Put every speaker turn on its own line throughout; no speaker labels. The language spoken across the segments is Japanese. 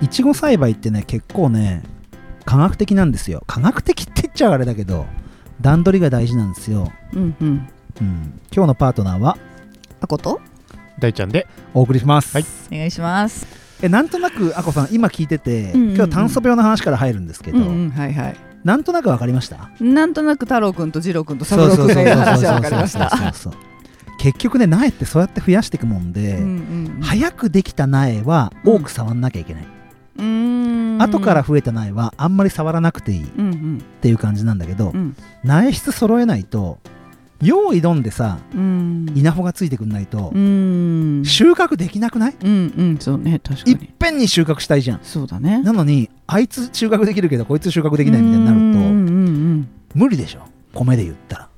いちご栽培ってね結構ね科学的なんですよ科学的って言っちゃあれだけど段取りが大事なんですよ、
うんうん。
うん、今日のパートナーは
あこと
大ちゃんで
お送りします、
はい
お願いします。
えなんとなくあこさん今聞いてて、
うんうんうん
今日炭素病の話から入るんですけど、
うんうんはいはい。
なんとなく分かりました
なんとなく太郎くんと二郎くんと三郎くんがいる話はわかりました。
そうそうそうそう結局ね苗ってそうやって増やしていくもんで、
うんうん
早くできた苗は多く触んなきゃいけない、
うーん
後から。増えた苗はあんまり触らなくていいっ
うんうん
ていう感じなんだけど、
うん
苗質揃えないと用意どんでさ
うん。
稲穂がついてくんないと、
うん。
収穫できなくない、
うんうんそうね確か
いっ
に。
ぺんに収穫したいじゃん
そうだね。
なのにあいつ収穫できるけどこいつ収穫できないみたいになると、
うんうんうん
無理でしょ米で言ったら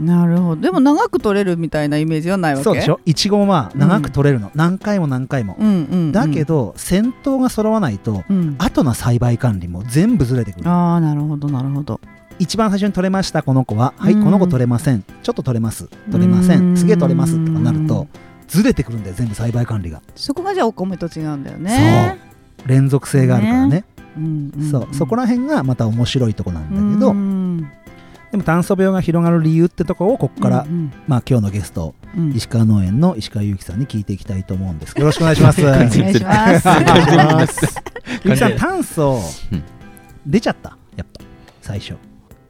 うん。なるほど。でも長く取れるみたいなイメージはないわけ。
そうでしょいちごもまあ長く取れるの、何回も何回も、
うんうんうん。
だけど先頭が揃わないと
うん。
後の栽培管理も全部ずれてくる
ああなるほどなるほど。
一番最初に取れましたこの子ははい
うん
この子取れませんちょっと取れます取れませ
うんん
すげえ取れますとかなるとずれてくるんだよ全部栽培管理が
そこがじゃあお米と違うんだよね。
連続性があるからね
うんうんうん
そうそこら辺がまた面白いとこなんだけ
う
ど
ん
でも炭素病が広がる理由ってとこをここから、
うん
まあ今日のゲスト
うんうん
石川農園の石川祐希さんに聞いていきたいと思うんですけどよろしくお 願いします。
感
お
じ
願いします。
ゆきさん
感
炭素
うん
出ちゃったやっぱ最初、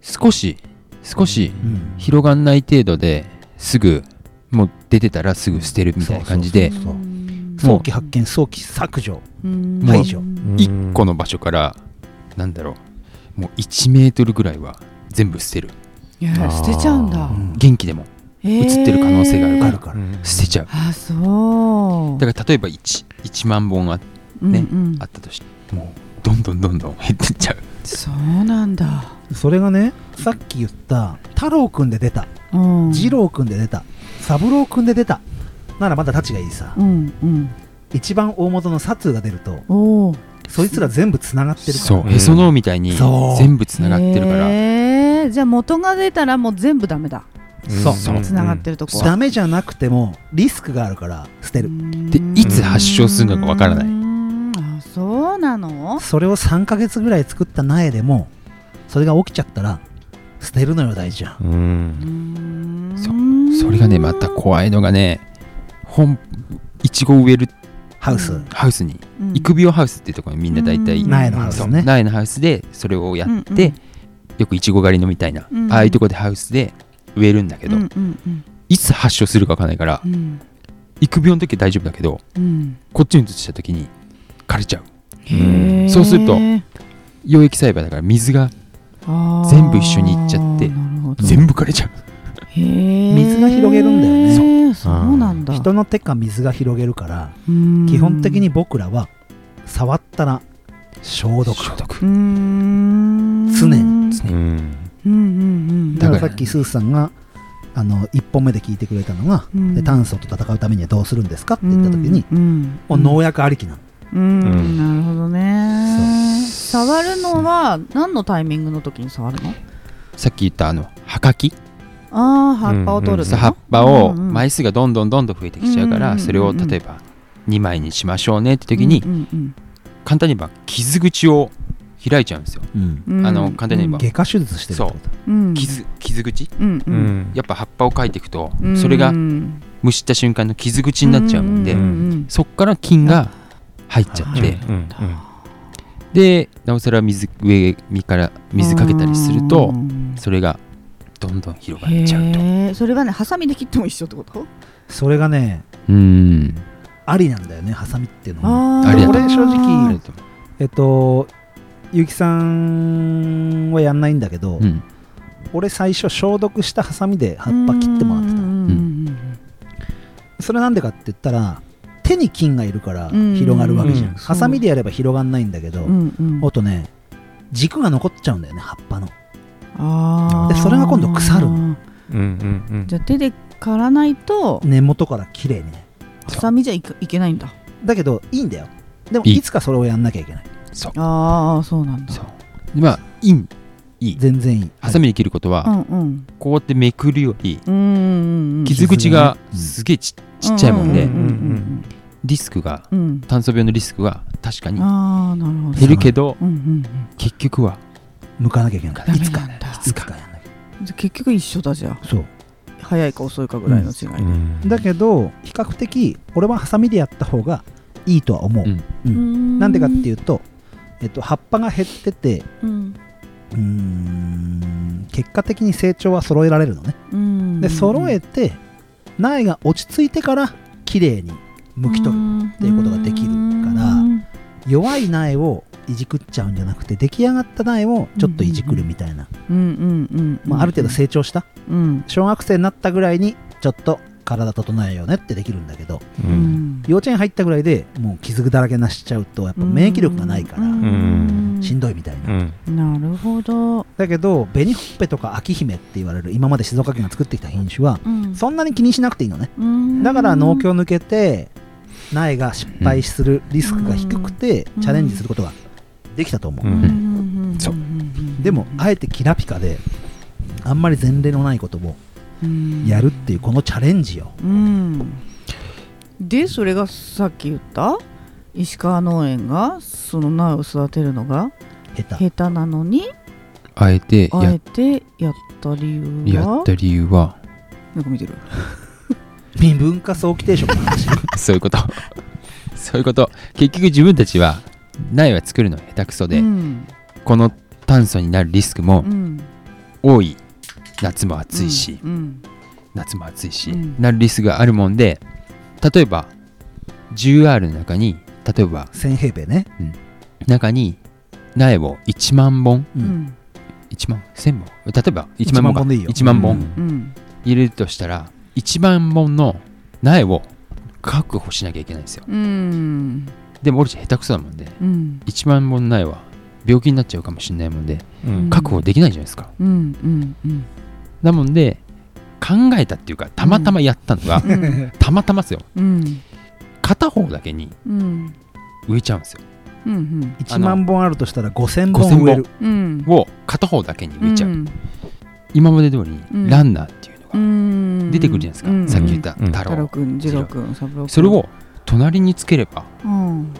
少し少し
うん
広がんない程度ですぐもう出てたらすぐ捨てるみたいな感じで
そうそう
もう
早期発見早期削除
うん
排
除
うん
1個の場所からなんだろうもう1メートルぐらいは全部捨てる、
いや捨てちゃうんだ
う。ん
元気でも
映
映ってる可能性がある
あるから、
捨てちゃう
あそう。
だから例えば 1, 1万本あ
うんう
ね
ん
あったとしてもうどんどんどんどん減ってっちゃう
そうなんだ。
それがねさっき言った太郎くんで出た
うん
二郎くんで出た三郎くんで出たならまだたちがいいさ
うんうん。
一番大元のサツが出ると
おお。
そいつら全部つながってるから
そうへその緒みたいに
そう
全部つながってるから
へーじゃあ元が出たらもう全部ダメだ。
そう
つながってるとこは。
ダメじゃなくてもリスクがあるから捨てる
でいつ発症するのかわからない
ない。あそうなの？
それを3ヶ月ぐらい作った苗でもそれが起きちゃったら捨てるのよ大事じゃん
うん
そそれがねまた怖いのがね本いちご植える
ハウス、
うん
ハウスに
うん
育苗ハウスっていうところにみんな大体
うん
苗のハウス
そう
ね
苗のハウスでそれをやって、
うんうん
よくいちご狩りのみたいな、
うん
ああいうとこでハウスで植えるんだけど、
うんうんうん
いつ発症するかわかんないから、
うん
育苗の時は大丈夫だけど
うん
こっちに移した時に枯れちゃう
へー
そうすると溶液栽培だから水が
あー
全部一緒にいっちゃって
なるほど
全部枯れちゃう、
へー
水が広げるんだよね
そうそうなんだ
人の手か水が広げるから基
基
本的に僕らは触ったら消毒
消毒
うーん
常に
うん
うんうんうん
だ
だ
か
からら
さっきスーさんがあの1本目で聞いてくれたのが、
うん
で炭素と戦うためにはどうするんですかって言った時に、
うん
もう農薬ありきなの、
うん
う
うんな
ん
るほどね触るのは何のタイミングの時に触るの
さっき言ったあの葉かき
ああ葉っぱを取る
うん
そう葉っぱを
うんうん
枚数がどんどんどんどん増えてきちゃうか
うんうんうんう
ら
ん
それを例えば2枚にしましょうねって時に簡単に言えば傷口を開いちゃうんですよあの簡単に言えば
外科手術してるってこと
傷傷口
うんう
うんん
やっぱ葉っぱを描いていくと
うん
それが
うん
むしった瞬間の傷口になっちゃうもんで
うんうん
そっから菌が入っちゃっ
うん
て
うん
でなおさら水上身から水かけたりすると
うん
それがどんどん広がっちゃうと
へーそれはねハサミで切っても一緒ってこと
それがね
うん
ありなんだよねハサミっていうのは
あ
ーありがと
俺正
あ
直
りがとう
えっと結城さんはやんないんだけど、
うん
俺最初消毒したハサミで葉っぱ切ってもらってたのそれなんでかって言ったら手に菌がいるから
うん
広がるわけじゃん、
うん
ハサミでやれば広がんないんだけど、あとね軸が残っちゃうんだよね葉っぱのでそれが今度腐る
の
うんうんうん
じゃあ手で刈らないと
根元から綺麗にね
ハサミじゃいかいけないんだ
だけどいいんだよでも
いい
いつかそれをやんなきゃいけない
そう
ああそうなんだ
そうでまあいいいい
全然いい
ハサミで切ることは、
うんうん
こうやってめくるより
うんうんうん
傷口がすげえち,、ちっちゃいもんで、
うんうんうんうん
リスクが
うん
炭素病のリスクは確かに
ああなるほど
減るけど
うんうん
結局は
向かなきゃいけないからいつか
ダメなんだ
いつかやんなきゃ
うんじゃあ結局一緒だじゃあ
そう
早いか遅いかぐらいの違いで
だけど比較的俺はハサミでやった方がいいとは思う、
うん
うんなんでかっていううと、えっと、葉っぱが減ってて
うん
うーん結果的に成長は揃えられるのね
うん
で揃えて苗が落ち着いてから綺麗に剥き取るっていうことができるから
うん
弱い苗をいじくっちゃうんじゃなくて出来上がった苗をちょっといじくるみたいな、
うんうんうん
まあ、ある程度成長した
うん
小学生になったぐらいにちょっと体整えようねってできるんだけど
う
うんん
幼稚園入ったぐらいでもう傷だらけになしちゃうとやっぱ免疫力がないから
ん
しんどいみたいな、
うん
なるほど
だけど紅ほっぺとか秋姫って言われる今まで静岡県が作ってきた品種は
うん
そんなに気にしなくていいのね
うん
だから農協抜けて苗が失敗するリスクが低くて
うん
チャレンジすることができたと思う、
うん
うん
そうん
でもあえてキラピカであんまり前例のないことを
うん
やるっていうこのチャレンジよ
うんでそれがさっき言った石川農園がその苗を育てるのが
下手
下手なのに
あえて
あ
や
えてやった理由
や
は
った理由は
なんか見てる
微分化早期定食の話
そういうこと そういうこと結局自分たちは苗は作るの下手くそで、
うん
この炭素になるリスク
う
も
ん
多い夏も暑いし、
うん
夏も暑いし、
うん
なるリスクがあるもんで例えば 10R の中に例えば
1000平米ね、
中に苗を1万本
う
うんん
1万1000本例えば1
1
万本
万本でいいよ
1万本
うん
うん
入れるとしたら1万本の苗を確保しなきゃいけないんですよ
うん
でも俺たち下手くそだもんで
うん
1万本の苗は病気になっちゃうかもしれないもんで
うん
確保できないじゃないですか、
うんうんうん
なもんで考えたっていうかたまたまやったのが、
うん
たまたまですよ
うん
片方だけに
うん
植えちゃうんですよ
うん
1万本あるとしたら5000
5000
本
本
植える
うん
を片方だけに植えちゃう、
うん
今まで通り
うん
にランナーっていうの
う
が
ん
出てくるじゃないですか、
うん
さっき言った
うん
太郎,、
太郎くん、次郎くん、三郎くん。
それを隣につければ
うん、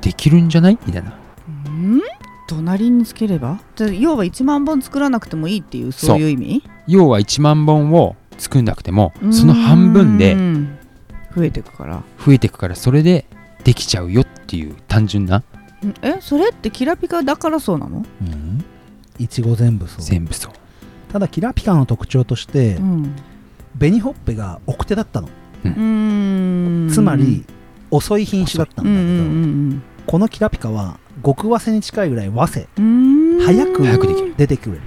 できるんじゃないみたいな
うん隣につければじゃあ要は1万本作らなくてもいいっていう
そう
そういう意味
要は1万本を作んなくてもその半分
う
で
ん増えていくから
増えていくからそれでできちゃうよっていう単純なん
えそれってキラピカだからそうなの
うんいちご全部そう
全部そう
ただキラピカの特徴として
うん
紅ほっぺが奥手だったの
うーん
つまり遅い品種だったんだけ
うん
ど、
うん
このキラピカは極早生に近いぐらい早生
うんうんうーん
早く
早くできる
出てくる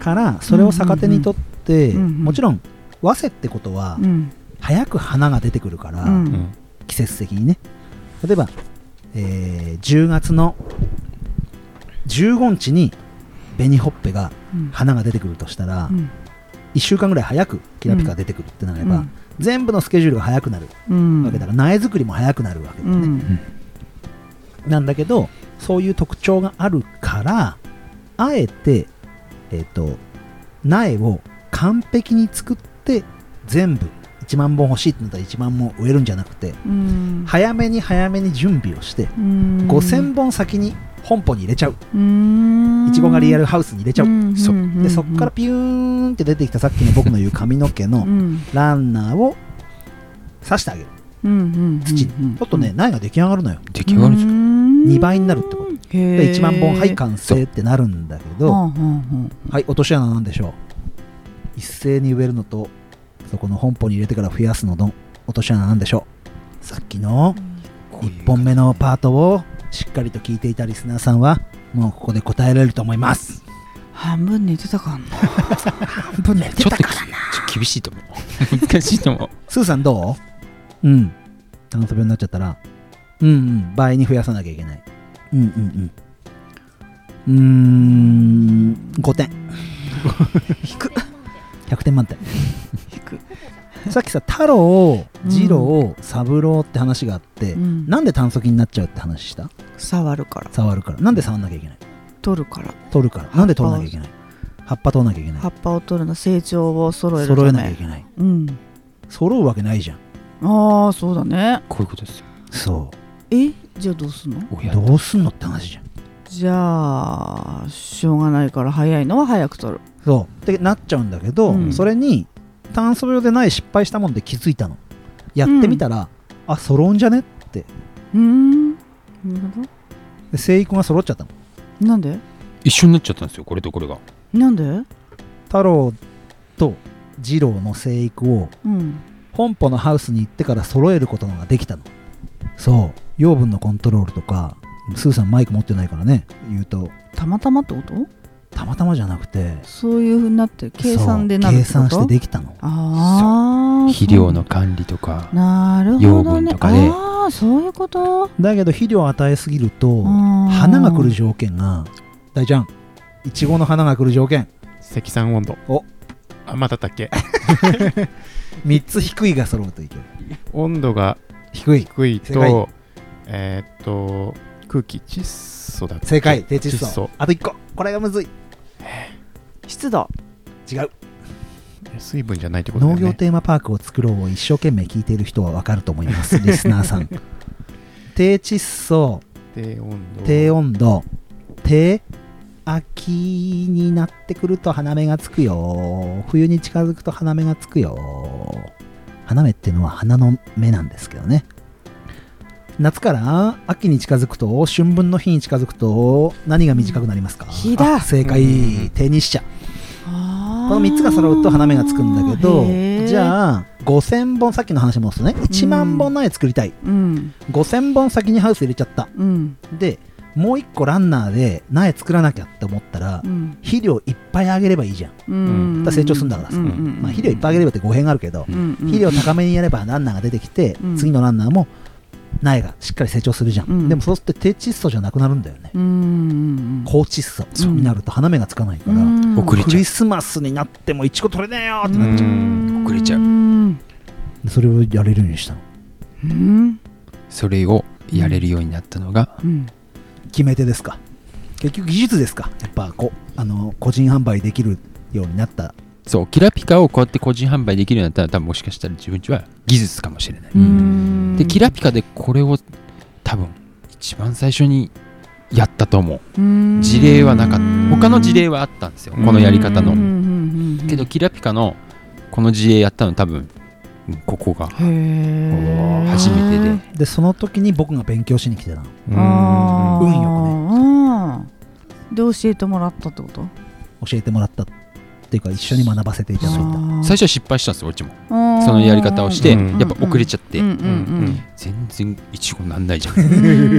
からそれを逆手にとって、
うんうんうん
もちろん早生ってことは、
うん
早く花が出てくるから、
うん
うん
季節的にね例えば、えー10月の15日に紅ほっぺが
うん
花が出てくるとしたら、
うん
1週間ぐらい早くキラピカが出てくるってなれば、全部のスケジュールが早くなる
うん
わけだから、苗作りも早くなるわけだよ
う
ね、
ん
なんだけどそういう特徴があるからあえて、えっと苗を完璧に作って全部1万本欲しいってなったら1万本植えるんじゃなくて
うん
早めに早めに準備をして
うん
5000本先に本舗に入れちゃう
うーん
いちご狩りやるハウスに入れちゃう、
そうん
んん
でそこからピューンって出てきたさっきの僕の言う髪の毛 の
うん
ランナーを刺してあげる
うんうんうんうん
土にちょっとね苗が出来上がるのよ
出来上がるじゃん
2
2
倍になるってこと
とへ
で1万本はい完成ってなるんだけど、
はあはあは
はい、落とし穴なんでしょう。一斉に植えるのと、そこの本舗に入れてから増やすのの落とし穴なんでしょう。さっきの1本目のパートをしっかりと聞いていたリスナーさんは、もうここで答えられると思います。
あ半分寝てたかな
半分寝
ちょっときちょっと厳しいと思う難しいと思う
スーさんどううん。炭素病になっちゃったら、うんうん、倍に増やさなきゃいけない。うんうんうん。うーん、5点。
低く
100点満点。
低く
さっきさ、太郎、
うん
二郎、三郎って話があって、
うん
なんで炭素菌になっちゃうって話した
触るから
触るからなんで触んなきゃいけない
取るから
取るからなんで取らなきゃいけない葉っぱ取らなきゃいけない
葉っぱを取るの成長を揃えるた
揃
め
えなきゃいけない
うん
揃うわけないじゃん
ああそうだね
こういうことですよ
そ
えじゃあどうすんの
うどうすんのって話じゃん
じゃあしょうがないから早いのは早く取る
そうってなっちゃうんだけど、
うん
それに炭素病でない失敗したもんで気づいたのやってみたら、あ揃うんじゃねって
うーんなるほ
で生育が揃っちゃったの
どなんで
一緒になっちゃったんですよこれとこれが
なんで
太郎と次郎の生育を
うん
本舗のハウスに行ってから揃えることができたのそう養分のコントロールとかスーさんマイク持ってないからね言うと
たまたまってこと
たまたまじゃなくて
そういうふうになって計算でな
そう
るって
計
こ
算
と
してできたの
ああ
肥料の管理とか
なるほ
養
ど
分
ね
とかで
ああそういうこと
だけど肥料を与えすぎると
ん
花が来る条件が大ちゃんいちごの花が来る条件
積算温度
お
あまただっけ
3つ低いが揃うといける
温度が
低い
低い
正解
とえーっと空気窒素だっけ
正解低窒素
窒素
あと1個これがむずい
湿度
違う
水分じゃないってことだ
農
よね
業テーマパークを作ろうを一生懸命聞いている人はわかると思いますリスナーさん低窒素
低温度
低温度低秋になってくると花芽がつくよ冬に近づくと花芽がつくよ花芽っていうのは花の芽なんですけどね夏から秋に近づくと春分の日に近づくと何が短くなりますか、
日だ
あ正解、
うんうんうん
手にしちゃ
こ
この
の
3つが揃うと花芽がつくんだけどじ
あ、
ゃあ5000本さっきの話もそうね1万本苗作りたい、
うん
5000本先にハウス入れちゃった
うん
でもう一個ランナーで苗作らなきゃって思ったら、
うん
肥料いっぱいあげればいいじゃん、
うん、
だから成長するんだからさまあ、肥料いっぱいあげればって語弊があるけど、
うんうん
肥料高めにやればランナーが出てきて、
うん
次のランナーも苗がしっかり成長するじゃん、
うん
でもそうすると低窒素じゃなくなるんだよね、
うん
高窒素になると花芽がつかないから、
うん
遅れ
クリスマスになってもいちご取れねえよってなっちゃう、
うん
遅れちゃう
うん
それをやれるようにしたの
うん
それをやれるようになったのが
うん
決め手ですか結局技術ですかやっぱこあの個人販売できるようになった
そうキラピカをこうやって個人販売できるようになったら多分もしかしたら自分ちは技術かもしれない、
うん
でキラピカでこれを多分一番最初にやったと思う
うん
事例はなかった他の事例はあったんですよこのやり方
うんうんう
の
んうん
けどキラピカのこの事例やったの多分うんここが
へー
初めてで
でその時に僕が勉強しに来てたの
うん
あー
運
うんで教えてもらったってこと
教えてもらったっていうか一緒に学ばせていただいた
最初は失敗したんですようちも
そ
そのやり方をして
うん
やっぱ遅れちゃって
うんうん
全然イチゴなんないじゃん
う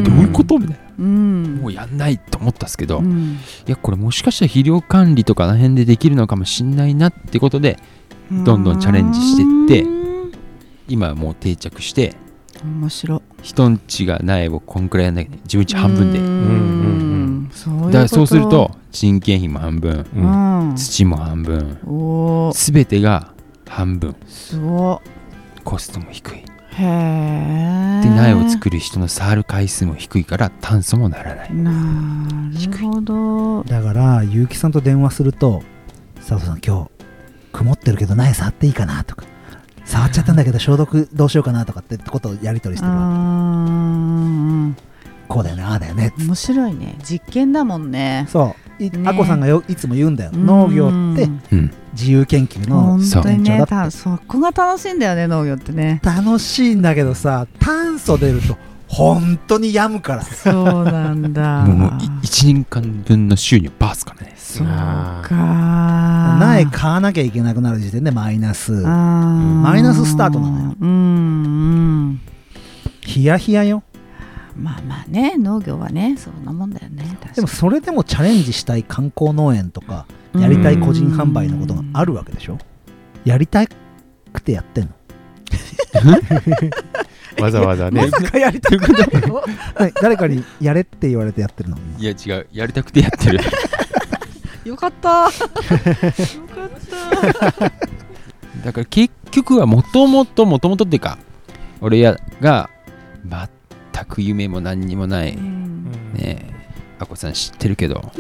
ど
ん
ういうことみたいな
うん
もうやんないと思ったんですけど
うん
いやこれもしかしたら肥料管理とかあの辺でできるのかもしんないなってことでどんどんチャレンジしてって
うん
今はもう定着して
面白い
人んちが苗をこんくらいやんなきゃいけない自分ち半分で
うん
うん
そういうこと
だからそうすると人件費も半分
う
うんん
土も半分
おー
全てが半分
すご
コストも低い
いへえ
で苗を作る人の触る回数も低いから炭素もならない
なるほど
だから結城さんと電話すると「佐藤さん今日曇ってるけど苗触っていいかな」とか「触っちゃったんだけど消毒どうしようかな」とかってことをやり取りしてるわ
あ
こうだよねああだよね
ー面白いね実験だもんね
そうい
ね
あこさんがよいつも言うんだよ農業って
うん
自由研究の
本
そう
当に
延
ね
長だ
たそこが楽しいんだよね農業ってね
楽しいんだけどさ炭素出ると本当に病むから
そうなん だ
もう1年間分の収入バースからね
そうか
苗買わなきゃいけなくなる時点でマイナスマ
マ
イナススタートなのよ
うんうん
ヒヤヒヤよ
まあまあね農業はねそんなもんだよね確かに
でもそれでもチャレンジしたい観光農園とかやりたい個人販売のことが あるわけでしょやりたくてやってんの
わざわざ
ま
ね
さかやりたくないの
はい誰かにやれって言われてやってるの
いや違うやりたくてやって る
よ かったよかった
だから結局はもともともともとっていうか俺やが全く夢も何にもないね
うん
えあこさん知ってるけど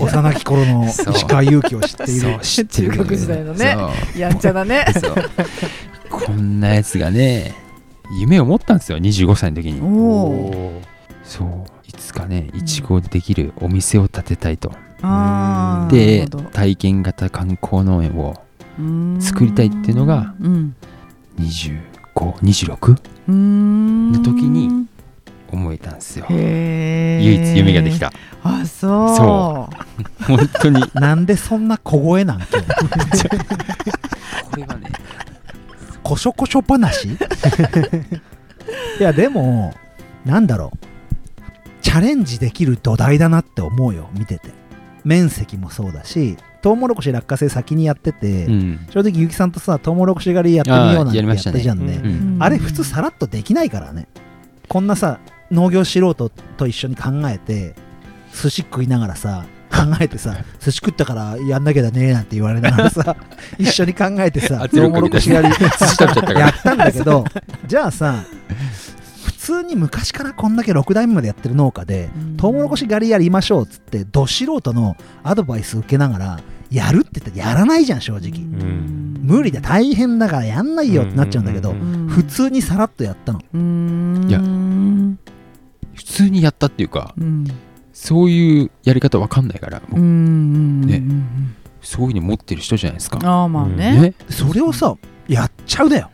幼き頃の石
そう
川祐希を知ってい
そ
る
う知ってるけど
中学時代のね
そう
やんちゃだね
そうこんなやつがね夢を持ったんですよ25歳の時に
おお
おー
そういつかねいちごでできるお店を建てたいと、
あーな
で
るほど
体験型観光農園を
うーん
作りたいっていうのが
うん
2526
うーん
の時に思えたんですよ
へー
唯一夢ができた
あそう
そ本当にこ
なんでそんな小声なんけ
れはね
こしょこしょ話いやでもなんだろうチャレンジできる土台だなって思うよ見てて面積もそうだしトウモロコシ落花生先にやってて、
うん、
正直ゆきさんとさトウモロコシ狩りやってみようなんて
あーやり
や
ま
っ
した
た
ね
じゃんね
う
あ
ん
うん
れ普通さらっとできないからねこんなさ農業素人と一緒に考えて寿司食いながらさ考えてさ寿司食ったからやんなきゃだねなんて言われながらさ一緒に考えてさ
圧力
トウモロコシ狩り
寿司食べちゃったか
や
ら
ったんだけどじゃあさ普通に昔からこんだけ6代目までやってる農家で
うん
トウモロコシ狩りやりましょうっつってど素人のアドバイス受けながらやるって言ったらやらないじゃん正直、
ん
無理だ大変だからやんないよってなっちゃうんだけど、
うんうんうん
普通にさらっとやったの
うん
いや
うん
普通にやったっていうか
うん
そういうやり方わかんないから、
うんうん
ね
うん
そういうの持ってる人じゃないですか
ああまあね
ね
それをさやっちゃうだよ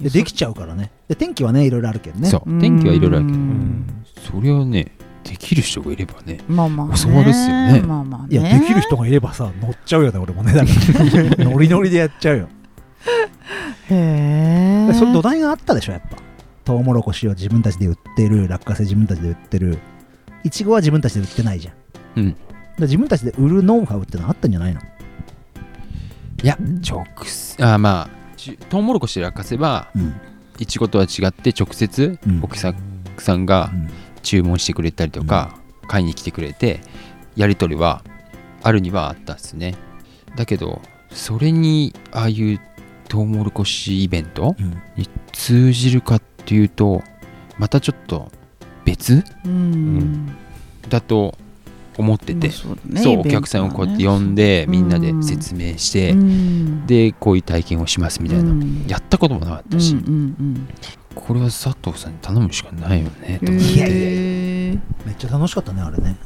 でできちゃうからねで天気はねいろいろあるけどね
そう天気はいろいろあるけ
う
ど
うんん
それはねできる人がいればね
まあまあね
そうですよね
まあまあね
いやできる人がいればさ乗っちゃうよね俺 もねだからノリノリでやっちゃうよ
へ
で
え
その土台があったでしょやっぱトウモロコシを自分たちで売ってる落花生自分たちで売ってるいちごは自分たちで売ってないじゃん
うん
で自分たちで売るノウハウってのあったんじゃないの
いや直接あーまあちトウモロコシで落花せば
うん
いちごとは違って直接
うん
お客さんさんが注文してくれたりとか、買いに来てくれてやり取りはあるにはあったっすねだけどそれにああいうトウモロコシイベント
うん
に通じるかっていうとまたちょっと別
うん
だと思ってて、
まあそうだね
そう
イ
お
ベントはね
客さんをこうやって呼んで、
うん
みんなで説明して、
うん
でこういう体験をしますみたいな、
うん
やったこともなかったし、
うんうん
これは佐藤さんに頼むしかないよね
う
と
ん
思って
いやいや
へえ
めっちゃ楽しかったねあれね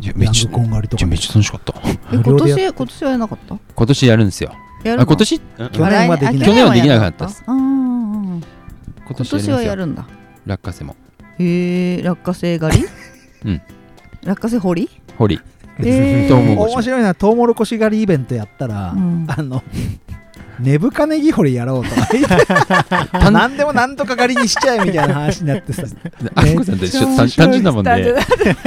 いやめ
ヤン
っち
グコ
ゃ
ン狩りと
じ
か
ゃめっちゃ楽しかった
え
無
今
料でやっ
年今年はやらなかった
今年やるんですよ
やるの
あ今年うん
去年はできない
あ
去年はできなかった
あ
で
去年はやらなかったあー今
今年や
年は
ります
や
よ
るんだ
落花生も
へえ落花生狩り
うん
落花生掘り
掘り
へえ
トウモロコシ
面白いなトウモロコシ狩りイベントやったら、
うん
あの根深ネギ掘りやろうと か何でも何とか狩りにしちゃえみたいな話になってさ
あんこさんと一緒
めっちゃ
単
面白い
単純だもん
単純
ね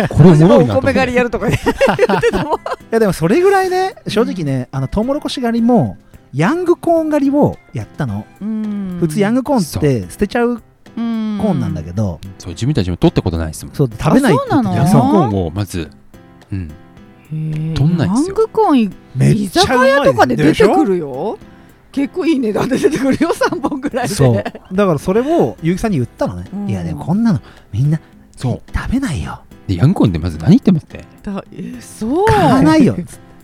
これおもろいなと
お
思っ
米狩り
て
やるとかね言ってたもん
いやでもそれぐらいね正直ね、あのトウモロコシ狩りもヤングコーン狩りをやったの
うん
普通ヤングコーンって捨てちゃう
コ
コーンなんだ
け
けど、
そう自分たちも取ったことないですもん
そう食べないって言って
あ
た
ー
ヤング
そ
コ
う
ーンをまずうん
ど
どんなんですよ
ヤングコーン
め
居
っちゃ
酒
うまい
屋とかで出てく
る
るよ結構いい値段で出てくるよ3本ぐらいで
そうだからそれを結城さんに言ったのね、
うん
いやでもこんなのみんな
そう
食べないよ
でヤングコーンってまず何言ってますって
だえそう
買わないよ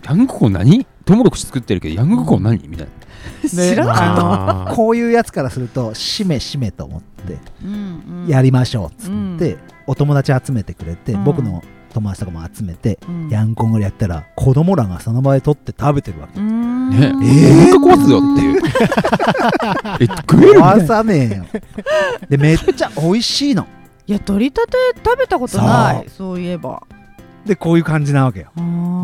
ヤングコーン何トウモロコシ作ってるけどヤングコーン何みたいな
知らなかった
あー
こういうやつからするとしめしめと思って
うんうん
やりましょうっつっ
う
てお友達集めてくれて、
うん
僕の友達とかも集めて、
うん
ヤンコングリやったら子供らがその場で取って食べてるわけ
うーん
ね
えー
お腹壊すよっ ていうえ食えるみたい
壊
な
さねえ よでめっちゃ美味しいの
いや取りたて食べたことないそういえば
でこういう感じなわけよ
リア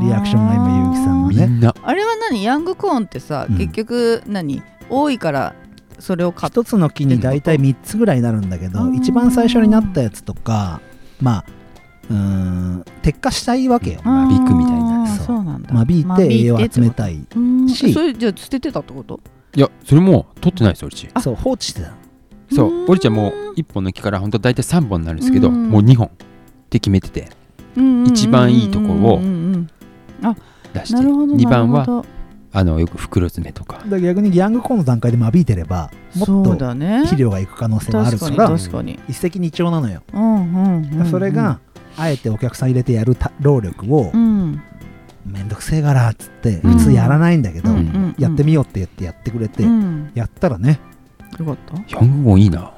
リアクションが今結城さんの
み
ね
んな
あれは何ヤングコーンってさ、
うん
結局何多いからそれを買っ
一つの木に大体3つぐらいになるんだけ
う
ど
ん
一番最初になったやつとかまあうーん鉄火したいわけよ
う間引くみたい
あ
な
ー
そう
そうなんだ
間引いて栄養を集め
い
たいし
それじゃあ捨ててたってこと
いやそれも取ってないです俺ち
あ
そう放置してたの
そうう
ーん
俺ちゃんもう1本の木から本当大体3本になるんですけど
うん
もう2本って決めてて一番いいところを
うんうんうん
出して
なるほど
2番
なる
は
ほど
あのよく袋詰めとか
だから逆にヤングコーンの段階で間引いてればもっ
そう
と
だね
肥料がいく可能性がある
確
か
かに
ら
確かに
一石二鳥なのよ
うんうんうんうん
それがあえてお客さん入れてやるた労力を
うん
めんどくせえからっつって
うん
普通やらないんだけど
うんうんうん
やってみようって言ってやってくれて
うん
やったらね
よかった
ヤングコーンいいな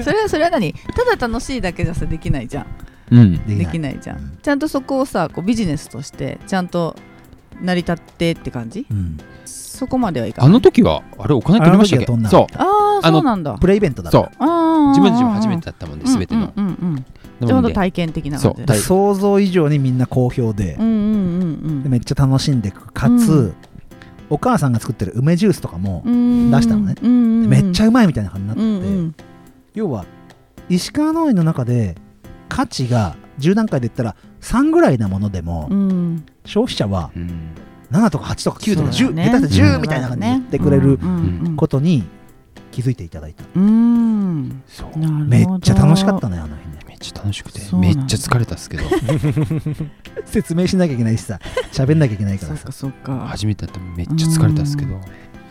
それはそれは何ただ楽しいだけじゃさできないじゃん
うん
で
で
き
き
ない
ないじゃん、
うん
ちゃんとそこをさこうビジネスとしてちゃんと成り立ってって感じ
うん
そこまではいか
あ
ない
の時はあれお金取りましたっけ
あの時は取んなか
そ
っ
ああ
あ
そ
の
うなんだ
プレイベントだ
う
か
そ
ら
う
自
自分自身初めてだったもんで全ての
うんうんうんうん
な
ちょう
の
ど
で
体験的な
そ
感じ
う
だ
で
から想像以上にみんな好評で
うんうんうん
でめっちゃ楽しんでくかつ、
うん
お母さんが作ってる梅ジュースとかも、
うん
出したのね
うんうんうん
めっちゃうまいみたいな感じになって
うん
て、
うん
要は石川農園の中で価値が10段階で言ったら3ぐらいなものでも、
うん
消費者は
うん
7とか8とか9とか
そ
10、
うだね
下手したら10
うん
みたいな感じで言って
そう
く
だ
れ
ね
る
うんうんうん
ことに気づいていただいた、
うん
そう
な
め
る
っ
ほど
ちゃ楽しかったねあの日ね
めっちゃ楽しくて
そうな
め
ん
っ
だ
ちゃ疲れたっすけど
説明しなきゃいけないし さ喋んなきゃいけないか
そ
ら
っ
さ
かそっか
初めてだったらめっちゃ疲れたっすけど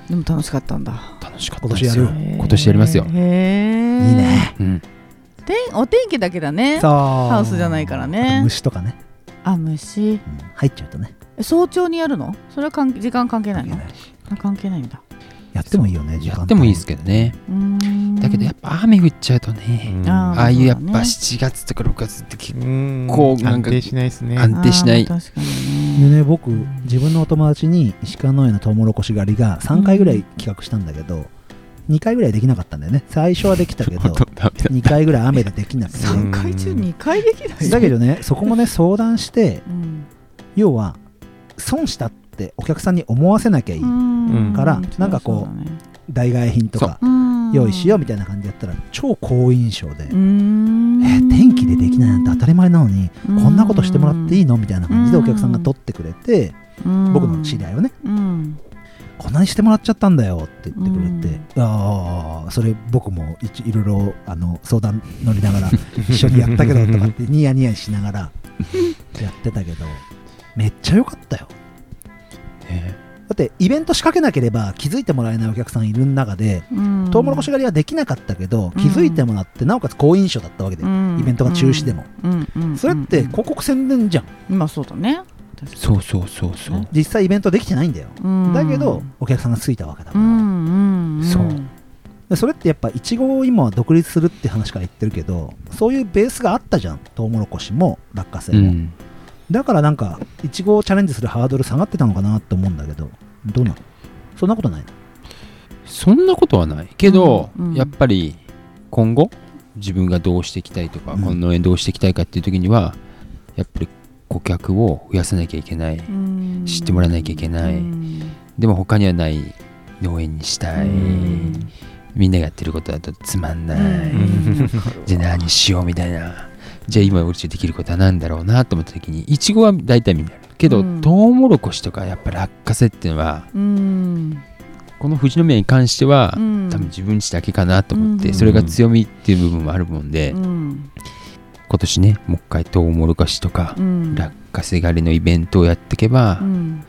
でも楽しかったんだ
楽しかったですよ
今
へー
今年やりますよ
へえ
いいね
うん
天お天気だけだね
そう
ハ
ハ
ウスじゃないからね
虫とかね、
あ虫
うん入っちゃうとね
え早朝にやるのそれは関時間関係ないの
関係ない
あ関係ないんだ
やってもいいよね時間
やってもいいですけ
ど
どね
うーん
だけどやっぱ雨降っちゃうとね
うん
あー
ああいうやっ
そうだ
ぱ
ね
7月とか6月って結
うん
こうなんか
安定しないですね
安定しない
あー確か
で
にね
ね僕自分のお友達に石川農園のトウモロコシ狩りが3回ぐらい企画したんだけど、2回ぐらいできなかったんだよね最初はでき たけど
構ダメだ
2回ぐらい雨でできなくて
そう
3回中2回できない
だけどねそこもね相談して
うん
要は損したってお客さんに思わせなきゃいい、
うん
からなんかこう代替品とか用意しようみたいな感じでやったら超好印象で、
うーん
えー天気でできないなんて当たり前なのに、こんなことしてもらっていいのみたいな感じでお客さんが取ってくれて、僕の知り合いをね
うん
こんなにしてもらっちゃったんだよって言ってくれて、ああそれ僕もいちいろいろあの相談乗りながら一緒にやったけどとかってニヤニヤしながらやってたけどめっちゃ良かったよ
ね
だってイベント仕掛けなければ気づいてもらえないお客さんいる中で
うん
トウモロコシ狩りはできなかったけど気づいてもらってなおかつ好印象だったわけで
うん
イベントが中止でも
うんうんうん
それって広告宣伝じゃん
今そうだね確かに
そうそうそうそう
実際イベントできてないんだよ
うん
だけどお客さんがついたわけだから
うんうんうん
そう
でそれってやっぱいちごを今は独立するって話から言ってるけどそういうベースがあったじゃんトウモロコシも落花生
う
も、
ん
だからなんかいちごをチャレンジするハードル下がってたのかなって思うんだけどどうなのそんなことない
そんなことはないけど、
うんうん
やっぱり今後自分がどうしていきたいとか、
うん
この農園どうしていきたいかっていう時にはやっぱり顧客を増やさなきゃいけない、
うん
知ってもらわなきゃいけない、
うん
でも他にはない農園にしたい、
うん
みんながやってることだとつまんない、
うん
じゃあ何しようみたいなじゃあ今うちできることは何だろうなと思った時にいちごは大体みんなやるけど、
うん
トウモロコシとかやっぱ落花生っていうのは
うん
この富士宮に関しては、
うん
多分自分ちだけかなと思って、
うん
それが強みっていう部分もあるもんで、
うん
今年ねもう一回トウモロコシとか
う、ん
落花生狩りのイベントをやっていけば、
うん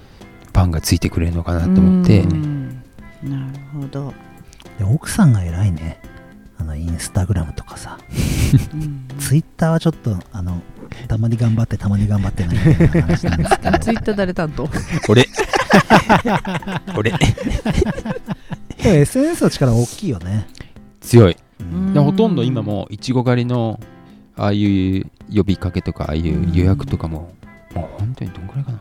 パンがついてくれるのかなと思って、
うんなるほど
で奥さんが偉いねあのインスタグラムとかさ
うん
ツイッターはちょっとあのたまに頑張ってたまに頑張ってないみたいな話なんですけど
ツイッター誰担当
俺俺
でも SNS の力大きいよね、
強い、
うん
でほとんど今もいちご狩りのああいう呼びかけとかああいう予約とかも、もう本当にどんぐらいかな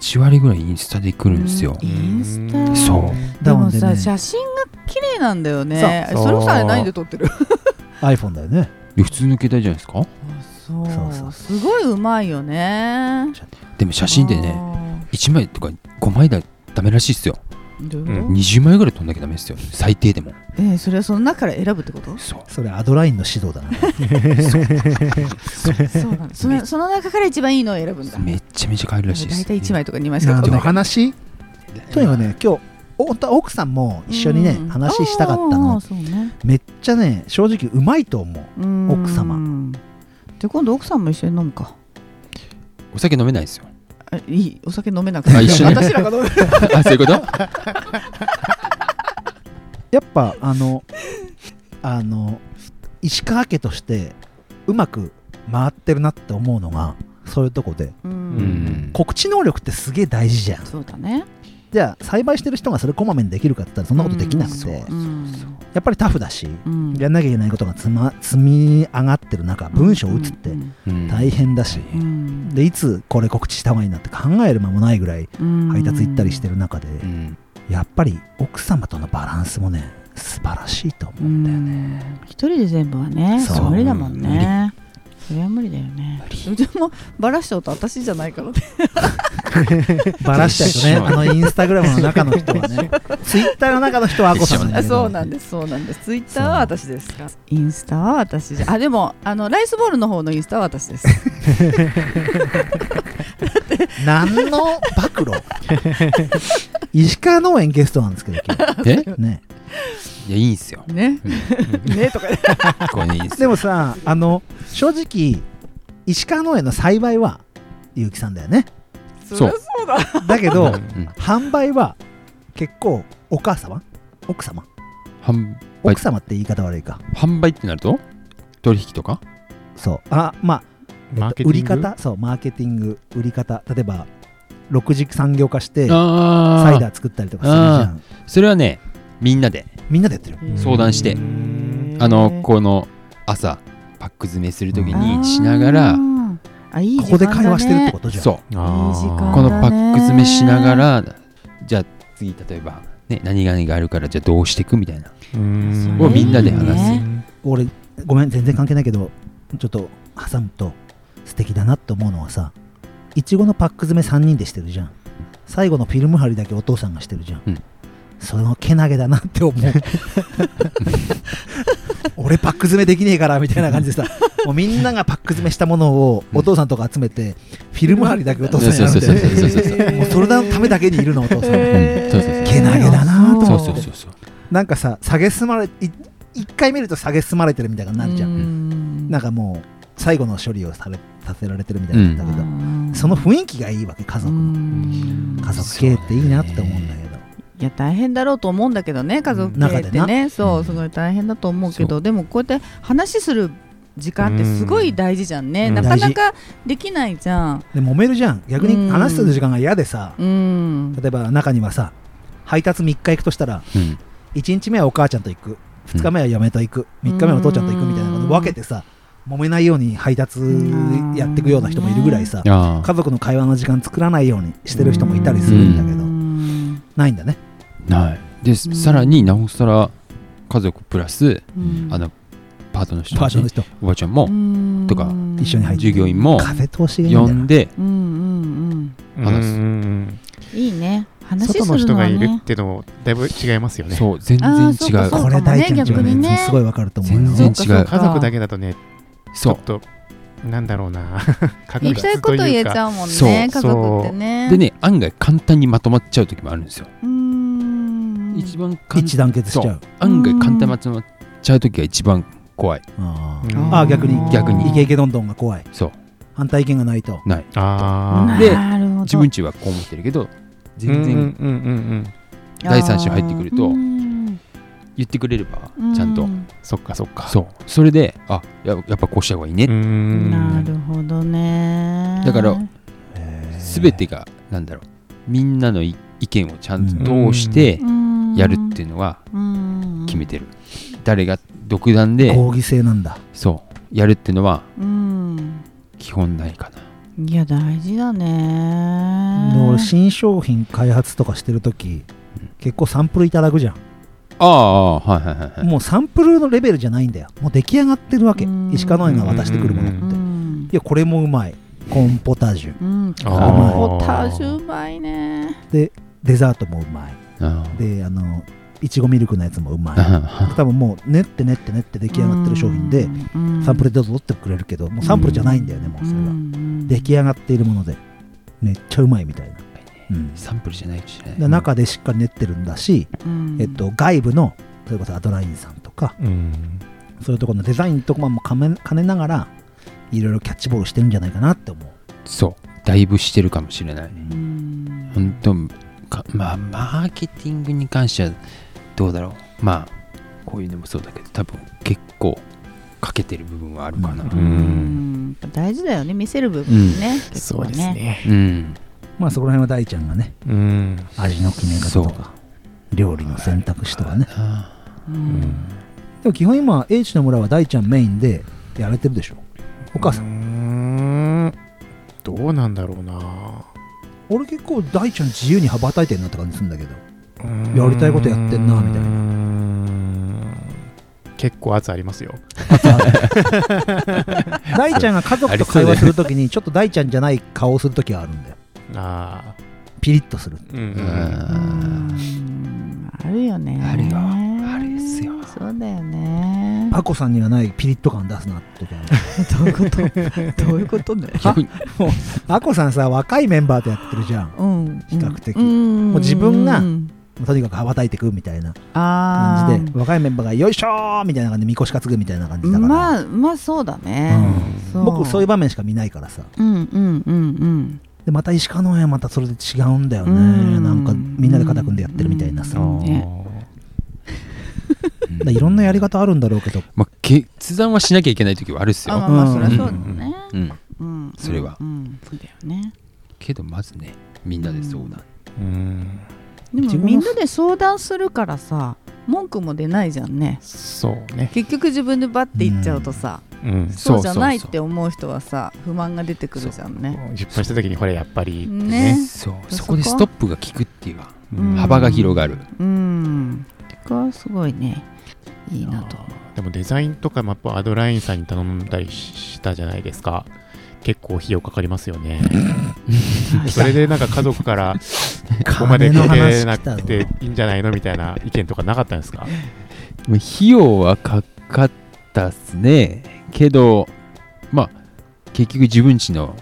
8割ぐらいインスタで来るんですよ、
インスタ
そう
だ
で
も
も
んで
さ
ね
写真が綺麗なんだよね
そう
それこそあれ何で撮ってる
iPhone だよね
で普通の携帯じゃないですか
そ
そうそう
うすごいうまいよね
でも写真でね1枚とか5枚だダメらしいっすよ
あーどういう
う
こ
20枚ぐらい撮んなきゃダメですよ最低でも
とえそれはその中から選ぶってこと
そう
それアドラインの指導だな
そうなんだそのその中から一番いいのを選ぶんだ
めちゃめちゃ買えるらしいです
大体1枚とか2枚し
な
か
ん
買
て
わない
話とにかく
ね
ね今日お本当は奥さんも一緒にね、
うん
話したかった
あー
の
そうね
めっちゃね正直うまいと思う
うん
奥様
じゃあ今度奥さんも一緒に飲むか
お酒飲めない ですよ
あいいお酒飲めなくて
あ一緒に
私らが飲む
あそういうこと
やっぱあのあの石川家としてうまく回ってるなって思うのがそういうとこで
う
うんん
告知能力ってすげえ大事じゃん
そうだね
じゃあ栽培してる人がそれこまめにできるかって言ったらそんなことできなくて、
うん
や
うん
っぱりタフだし、
うん
やんなきゃいけないことがつ、ま、積み上がってる中文章を打つって
うん
大変だし、
うん
でいつこれ告知した方がいいなって考える間もないぐらい
うん
配達行ったりしてる中で、
うん
やっぱり奥様とのバランスもね素晴らしいと思
う
うんだよね、
ん一人で全部はね
そう
無理だもんねそれは無理だよねでもバラしちゃうと私じゃないからね
バラしちゃうとねあ
一緒
のインスタグラムの中の人はねツイッターの中の人はアコさんなんだ
あ
けど
そうなんですそうなんですツイッターは私ですかインスタは私じゃあでもあのライスボールの方のインスタは私です
何の暴露石川農園ゲストなんですけど今
え
日ね
いやいいんすよ
ね
うん
ねとかね
これねいいんす
でもさあの正直石川農園の栽培は結城さんだよね
う
そりゃそうだ
だけ
う
ど
ん
うん
販売は結構お母様奥様
販売
奥様って言い方悪いか
販売ってなると取引とか
そうあまあ
マーケティング
売り方そうマーケティング売り方例えば6次産業化してサ
あ
イダー作ったりとかするじゃん
それはねみんなで
みんなでやってる
相談して
うん
あのこの朝パック詰めするとき
あー
にしながら
あいい
こ
時
こで
間だね
会話してるってことじゃん
そう
あ
いい時間
ー
この
だね
パック詰めしながらじゃあ次例えば、ね、何々があるからじゃあどうしていくみたいな
うん
をみんなで話
す
俺ごめん全然関係ないけどちょっと挟むと素敵だなって思うのはさいちごのパック詰め3人でしてるじゃん最後のフィルム貼りだけお父さんがしてるじゃん、
うん
そのけなげだなって思う俺パック詰めできねえからみたいな感じでさもうみんながパック詰めしたものをお父さんとか集めてフィルム貼りだけお父さんやるみたいな
そうそうそうそう
もうそれのためだけにいるのお父さん
へーそうそうそう
けなげだなと
そうそうそうそう
なんかさ下げすまれい一回見ると下げすまれてるみたいになるじゃん
ん
なんかもう最後の処理をされさせられてるみたいなんだけど、
うん
その雰囲気がいいわけ家族の、
うん
家族経営っていいなって思うんだけど、
いや大変だろうと思うんだけどね家族経営っ
中
て
で
ねそうすごい大変だと思うけどでもこうやって話する時間ってすごい大事じゃんね
うん
なかなかできないじゃん
で揉めるじゃん逆
う
に
ん
話する時間が嫌でさ、
うん
例えば中にはさ配達3日行くとしたら
うん
1日目はお母ちゃんと行く2日目は嫁と行く3日目はお父ちゃんと行くみたいなこと
うん
分けてさ揉めないように配達
うん
やっていくような人もいるぐらいさ
あー
家族の会話の時間作らないようにしてる人もいたりするんだけど、
うん
ないんだね
ない
う
で
ん
さらになおさら家族プラス
うん
あのパートの人
バージョンの
ね
人
おばあちゃんも
うん
とか
一緒に入って
従業員も
風通しがいいん
呼
だよなん
で
うんうんうん
話すうん
いいね話す
外
る
の人
の
が
はい
る
ね
ってのもだいぶ違いますよね
そう全
あ
然
ーそう
違
か
う
そうか
これ大ちゃんちの
そうかも
ね
ね逆にね
すごいわかると思うよ
全然違う
そうかそうか
家族だけだとねち
そ
ょ
う
っとなんだろうな
言いたいこと言えち
う
ゃうもん
そう
ね家族ってね
でね案外簡単にまとまっちゃう時もあるんですよ、
うん
一番簡
一致団結しちゃ
そうう案外簡単にまとまっちゃう時が一番怖い
あ
う
ー
ん
あー逆に
逆に
イケイケどんどんが怖い
そう
反対意見がないと
ない
あ
で
なるほど
自分ちはこう思ってるけど
ー
全
うん
然
うんうんうん
第三者入ってくると
うん
言ってくれればちゃんと、
うん
そっかそっか
そうそれであややっぱこうした方がいいね、
ん
なるほどね
だから
うん
全てがなんだろうみんなのい意見をちゃん
う
と
ん
通してやるっていうのは
うん
決めてる、誰が独断で
抗議性なんだ
そうやるっていうのは
うん
基本ないかない
や大事だね
で俺新商品開発とかしてるとき
うん
結構サンプルいただくじゃん
ああはいはいはいはい
もうサンプルのレベルじゃないんだよもう出来上がってるわけ
うん
石川農園が渡してくるもの
う
ってい
ん
やこれもうまいコーンポタージュ
うん
ー
あ
ポタージュうまいね
でデザートもうまい
ああ
であのいちごミルクのやつもうまい
あ
多分もう練って練って練って出来上がってる商品でサンプルでどうぞ取ってくれるけどもうサンプルじゃないんだよねもうそれは出来上がっているものでめっちゃうまいみたいな、うん、
サンプルじゃないかもしれ
で
ない
中でしっかり練ってるんだし、えっと、外部のそれこそアドラインさんとか
うん
そういうところのデザインとかも兼ね兼ねながらいろいろキャッチボールしてるんじゃないかなって思う
そうだいぶしてるかもしれない
うん
本当かまあマーケティングに関してはどうだろうまあこういうのもそうだけど多分結構欠けてる部分はあるかな
う
うんん大事だよね見せる部分ね結
そ
構
うですね
うん
まあそこら辺は大ちゃんがね
うん
味の決め方とか料理の選択肢とかね
あ
うん
でも基本今 H の村は大ちゃんメインでやれてるでしょお母さん、
んどうなんだろうな
俺結構大ちゃん自由に羽ばたいてるなって感じするんだけど
うん
やりたいことやってんなみたいな
うん結構圧ありますよ
大ちゃんが家族と会話するときにちょっと大ちゃんじゃない顔をするときはあるんだよ
ああ
ピリッとする
うん
う
うんあるよね
あるよあるですよ
そうだよね
パコさんにはないピリッと感出すなって時ある
どういうことどういうことね
逆に
パコさんさ若いメンバーとやってるじゃん
うん
比較的
も
う自分がとにかく羽ばたいてくみたいな
あ
感
ー
じで若いメンバーがよいしょーみたいな感じでみこし担ぐみたいな感じだから、
まあまあそうだね、
うん僕そういう
ば
場面しか見ないからさ
うんうんうん
でまた石川の園はまたそれで違うんだよ
う
ね
ん
なんかみんなで肩組んでやってるみたいなさ
う
だか
んね
らいろんなやり方あるんだろうけど
まあ、決断はしなきゃいけない時はあるっす
あま
よ、
あま
う
あ
ん
そりゃそうだね、
うん、
うん
それは
うん、そうだよね
けどまずねみんなで相談、
うん
でも
自分も
みんなで相談するからさ文句も出ないじゃんね
そうね
結局自分でバッて言っちゃうとさ、
うん
そうじゃないっ
そうそう
て思う人はさ不満が出てくるじゃんね
失敗した時にほらやっぱりって
ね
そう
そ
そ
こは
こでストップが効くっていうか
うん
幅が広がる、
うんこれはすごいねいいなと
でもデザインとかもやっぱアドラインさんに頼んだりしたじゃないですか結構費用かかりますよ ねそれでなんか家族からここまでかけなくていいんじゃないのみたいな意見とかなかったんですか
まあ費用はかかったっすねけどまあ結局自分ちの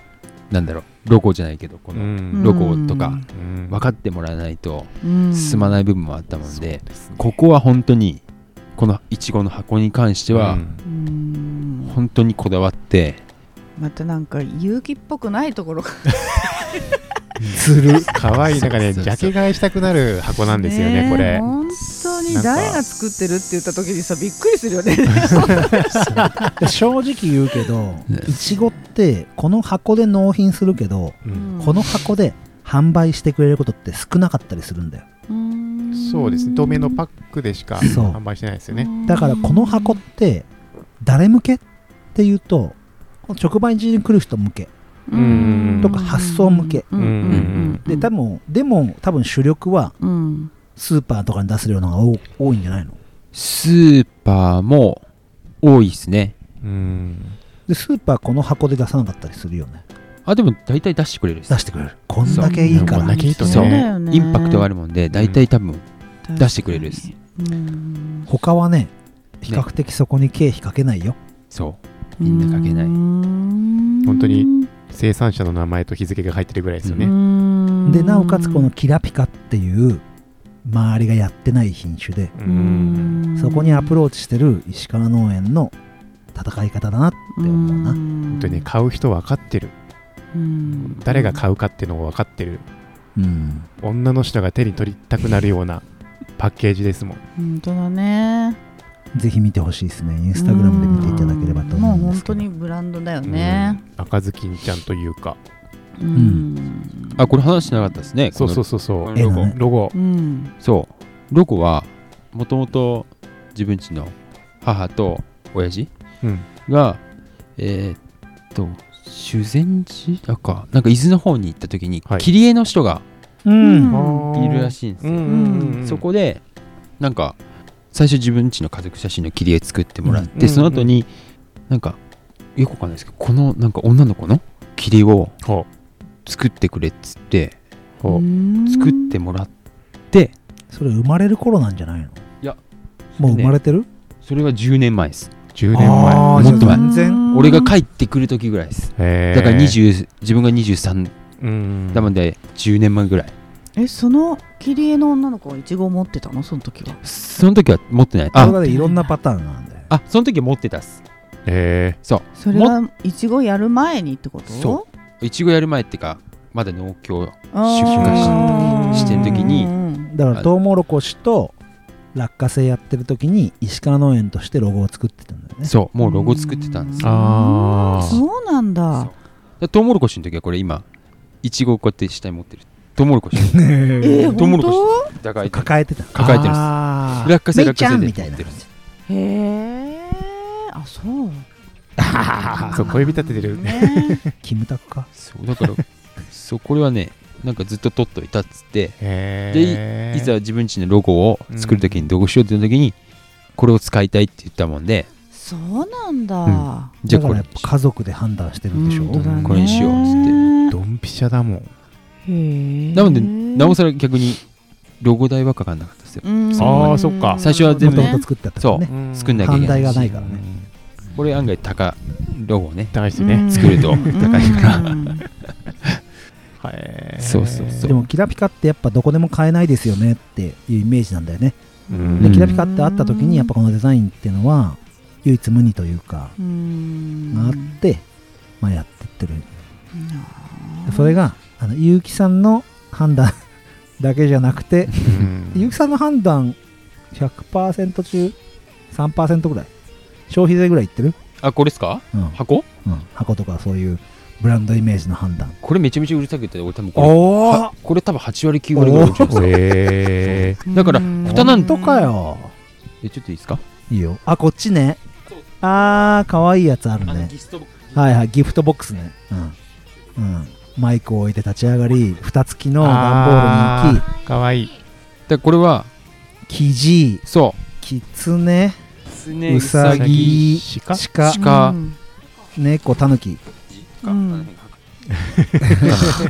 なんだろうロゴじゃないけどこ
う
の
ん
ロゴとか
うん
分かってもらわないと
うん
進ま
ない
ない部分もあったもんで、
ですね
ここは本当にこのいちごの箱に関して
う
は
ん
うん
本当にこだわって、
またなんか勇気っぽくないところが
ずる
可愛いなんかね
そ
ジ
うそう
ャケ買いしたくなる箱なんですよね
え
これ
本当に誰が作ってるって言った時にさびっくりするよね
で正直言うけどいちごってこの箱で納品するけど
うん
この箱で販売してくれることって少なかったりするんだよ
そうですね透明のパ
ッ
ックでしか
そう
販売してないですよね
だからこの箱って誰向けっていうと直売所に来る人向け
うん
とか発送向け
うんうん
で多分でも多分主力は
うん
スーパーとかに出せるのが多多いんじゃないの
スーパーも多いですね
うん
でスーパーこの箱で出さなかったりするよね
あでも大体出してくれるっす
出してくれるこんだけいいか
こんだ
ら
けいいと
そう
だ
ね
よね
インパクトがあるもんで大体多分出してくれるっす、
うん
他はね比較的そこに経費かけないよ、
そうみんなかけない
本当に生産者の名前と日付が入ってるぐらいですよね、
ね
でなおかつこのキラピカっていう周りがやってない品種で
うん
そこにアプローチしてる石川農園の戦い方だなって思うな
本当にね買う人分かってる
うん
誰が買うかっていうのを分かってる
うん
女の人が手に取りたくなるようなパッケージですもん
本当だね
ぜひ見てほしいですねインスタグラムで見ていただければと思うんですけ
もう本当
ど
にブランドだよね
うん赤ずきんちゃんというか
うん
あこれ話してなかったですね
そうそううそうそ
絵
ロ
の
ゴ
ね
うロゴ
うん
そうロゴはもともと自分家の母と親父
うん
がえーっと修善寺だかなんか伊豆の方に行った時に
はい
切り絵の人が
うん
いるらしいんです
う
よ、
んうんうん
そこでなんか最初自分家の家族写真の切り絵作ってもらって、
うんうん
その後になんかよくわかんないですけどこのなんか女の子の切りを
ほ
作ってくれっつって
うほ
作ってもらって
それ生まれる頃なんじゃないの
いや
もう生まれてる、
それは10年前です
う10年
あー
前
もっと前
全然
俺が帰ってくる時ぐらいです
へー
だから20自分が23
うん
なので10年前ぐらい
えその切り絵の女の子はイチゴを持ってたのその時は
その時は持ってない
それ
あ
がねいろんなパターンなんで
あその時は持ってたっす
へー
そ
それはイチゴやる前にってこと
そうういちごやる前っていうかまだ農協
あー
出
荷し
してる時に
うん
だからトウモロコシと落花生やってる時に石川農園としてロゴを作ってたんだよね
そうもうロゴ作ってたんですよ
あー
そうなんだ
そうでトウモロコシの時はこれ今いちごをこうやって下に持ってるトウモロコシ
えー、
トウモ
本
ロコシ
当
抱えてる
抱えてた。
抱えてるんです
あ
落花生
めい
落
ちゃ
花
ん
生
み
で
たいな
持って
感
る
じ。
へえあそう
あそう小指立ててる
ね
キムタクか。
そうだからそうこれはねなんかずっと取っといたっつって
へえ
いざ自分ちのロゴを作るときにどうしようって言ったときにこれを使いたいって言ったもんで
そうなんだ、
うんじゃ
だから
あこれ
やっぱ家族で判断してるんでしょ
本当だね
これにしようっつって
ドンピシャだもん
へえ
なのでなおさら逆にロゴ代はかかんなかったですよ
うん
あーそっか
最初は全
もと
部
もと
ね
作ってたからね。
作んなきゃいけ
反
ない
対
し
がないからね。
ね
これ案外高ロゴね
高いですよね
作ると高いから
うん
はい
そうそうそう
でもキラピカってやっぱどこでも買えないですよねっていうイメージなんだよね。
うん
で
うん
キラピカってあった時にやっぱこのデザインっていうのは唯一無二というか
うん
があって、まあやってってる。それがあの結城さんの判断 だけじゃなくて
うん
結城さんの判断100%中3%ぐらい消費税ぐらいいってる、
あこれですか
うん
箱
うん、箱とかそういうブランドイメージの判断
これめちゃめちゃうるさく言って俺多分これ
お
はこれ多分8割9割ぐらい落ちます
へえ
だから
うん
蓋なん
とかよ
えちょっといいですか
いいよあこっちねあーかわいいやつあるね
スト
はいはいギフトボックスねうん、うん、マイクを置いて立ち上がり蓋付きの段ボールに行
かわいい
だからこれは
きキジ
そ
キツネ
う
うさぎ
鹿
鹿
鹿
うん
猫タヌキ
うん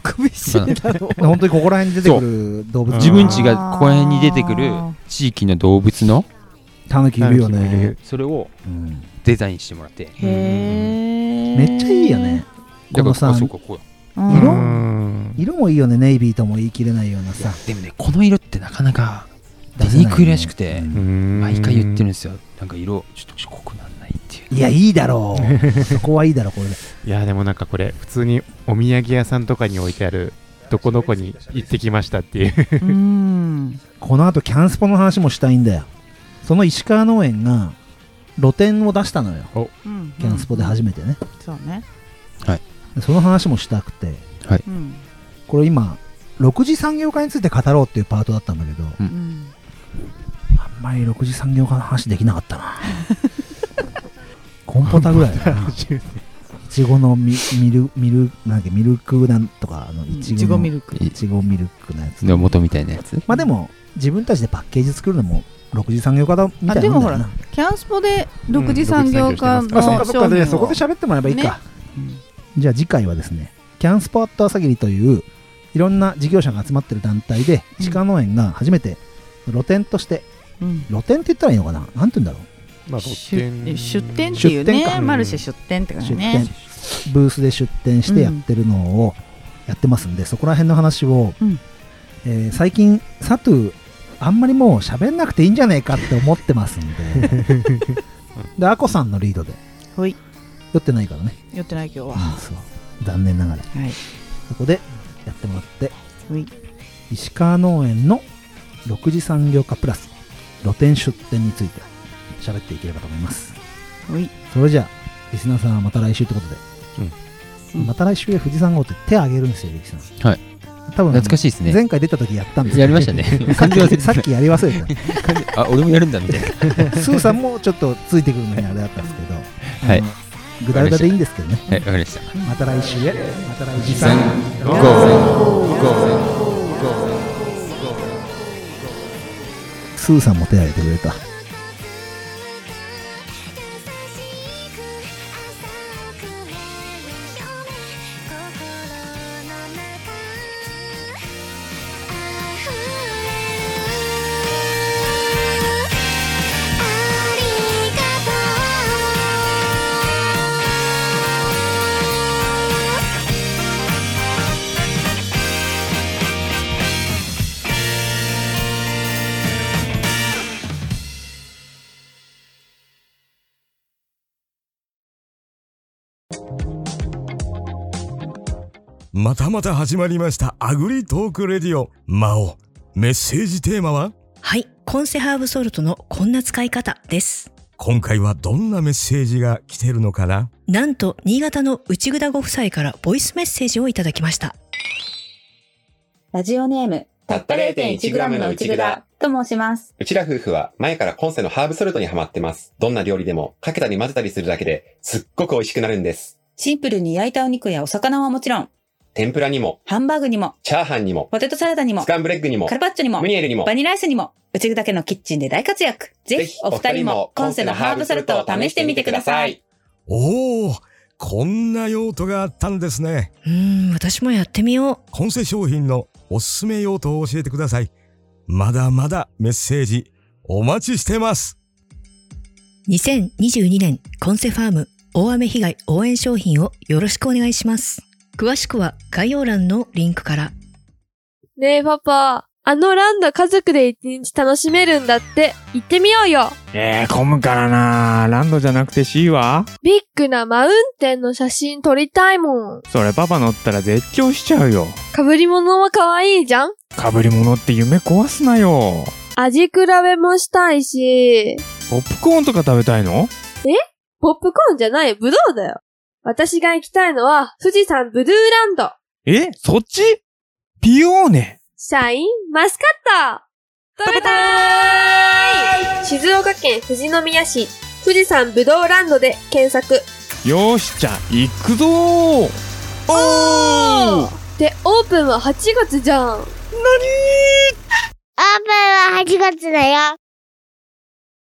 首絞めたの
本当にここら辺に出てくる動物
そう
自分ちがここら辺に出てくる地域の動物の
タヌキいるよね、
それを
うん
デザインしてもらって
へえ
めっちゃいいよねこのさ
あそうかこうだ
うん
色
うん
色もいいよねネイビーとも言い切れないようない
や
さ
でもねこの色ってなかなか出
出せな
に
いよね
くいらしくて
うん
うん
毎回言ってるんですよなんか色ちょっと濃くなんないっていう
いやいいだろうそこはいいだろうこれで
いやでもなんかこれ普通にお土産屋さんとかに置いてあるどこどこに行ってきましたっていう
うん
この後キャンスポの話もしたいんだよその石川農園が露店を出したのよ
うん
キャンスポで初めてね、
そうね
でその話もしたくて
うん
これ今6次産業化について語ろうっていうパートだったんだけど
うん
あんまり6次産業化の話できなかったなコンポタぐらいだないちごのミミルミルなんだっけミルクなんとかあのい
い
ち
ち
ご
ご
の
ミ
い
ルク
ちごミルクのやつ
でも元みたいなやつ
まあでも自分たちでパッケージ作るのも6次産業化だみたいなもんだよ
あでも
な
キャンスポで独自産業化
う
の
ん独自産業してますから
あそっかそっか
商品
で
を
そこで喋ってもらえばいいか、じゃあ次回はですねキャンスポアット朝霧といういろんな事業者が集まってる団体で
うん
地下農園が初めて露店として
うん
露店って言ったらいいのかななんて言うんだろ
まあ
出出店っ
し
てい
出
う
店
ね
か
マルシェ出店って
う
感じ
出
ね
店ブースで出店してやってるのをやってますんで、そこら辺の話を、
うん
えー最近サトゥーあんまりもう喋んなくていいんじゃねえかって思ってますんででアコさんのリードで
ほい
酔ってないからね、
寄ってない今日は、
うんそう残念ながら
はい
そこでやってもらって
ほい
石川農園の6次産業化プラス露店出店について喋っていければと思います
ほい
それじゃあリスナーさんはまた来週ってことで、
うん
また来週へ富士山号って手を挙げるんですよゆきさん
はい
多分
懐かしいですね
前回出た時やったんですよ
やりましたね
さっ
完全忘
き
れて
さ
た
っきやり忘れ て
あ俺もやるんだみ たいな
たスーさんもちょっとついてくるのにあれだったんですけど、
はい
あのぐだぐだでいいんですけどね
はいわかりました
また来週へまた来週さんスーさんも手を挙げてくれた
またまた始まりましたアグリトークレディオ魔王メッセージテーマは
はい、コンセハーブソルトのこんな使い方です。
今回はどんなメッセージが来てるのかな
なんと、新潟の内ぐだご夫妻からボイスメッセージをいただきました。
ラジオネーム、
たった 0.1g の内蔵。
と申します。
うちら夫婦は前から今世のハーブソルトにハマってます。どんな料理でもかけたり混ぜたりするだけですっごく美味しくなるんです。
シンプルに焼いたお肉やお魚はもちろん、
天ぷらにも、
ハンバーグにも、
チャーハンにも、
ポテトサラダにも
ス、カンブレッグにも
カ、ルパッチョにも
ム、ニエルにも
バ、ニラアイスにも、うちだけのキッチンで大活躍。ぜひ、お二人も、今世のハーブソルトを試してみてください。
おおこんな用途があったんですね
うーん、私もやってみよ
今世商品のおすすめ用途を教えてくださいまだまだメッセージお待ちしてます
う。2022年、コンセファーム大雨被害応援商品をよろしくお願いします。詳しくは概要欄のリンクから。
ねえパパ、あのランド家族で一日楽しめるんだって、行ってみようよ
えー、混むからなランドじゃなくて C は
ビッグなマウンテンの写真撮りたいもん
それパパ乗ったら絶叫しちゃうよ。
被り物も可愛いじゃん
被り物って夢壊すなよ。
味比べもしたいし、
ポップコーンとか食べたいの
ポップコーンじゃないブドウだよ私が行きたいのは、富士山ブルーランド
えそっちピオーネ
シャインマスカット食べたーい静岡県富士宮市、富士山ぶどうランドで検索。
よしじゃ、行くぞーおー
で、オープンは8月じゃん。
オープンは8月だよ。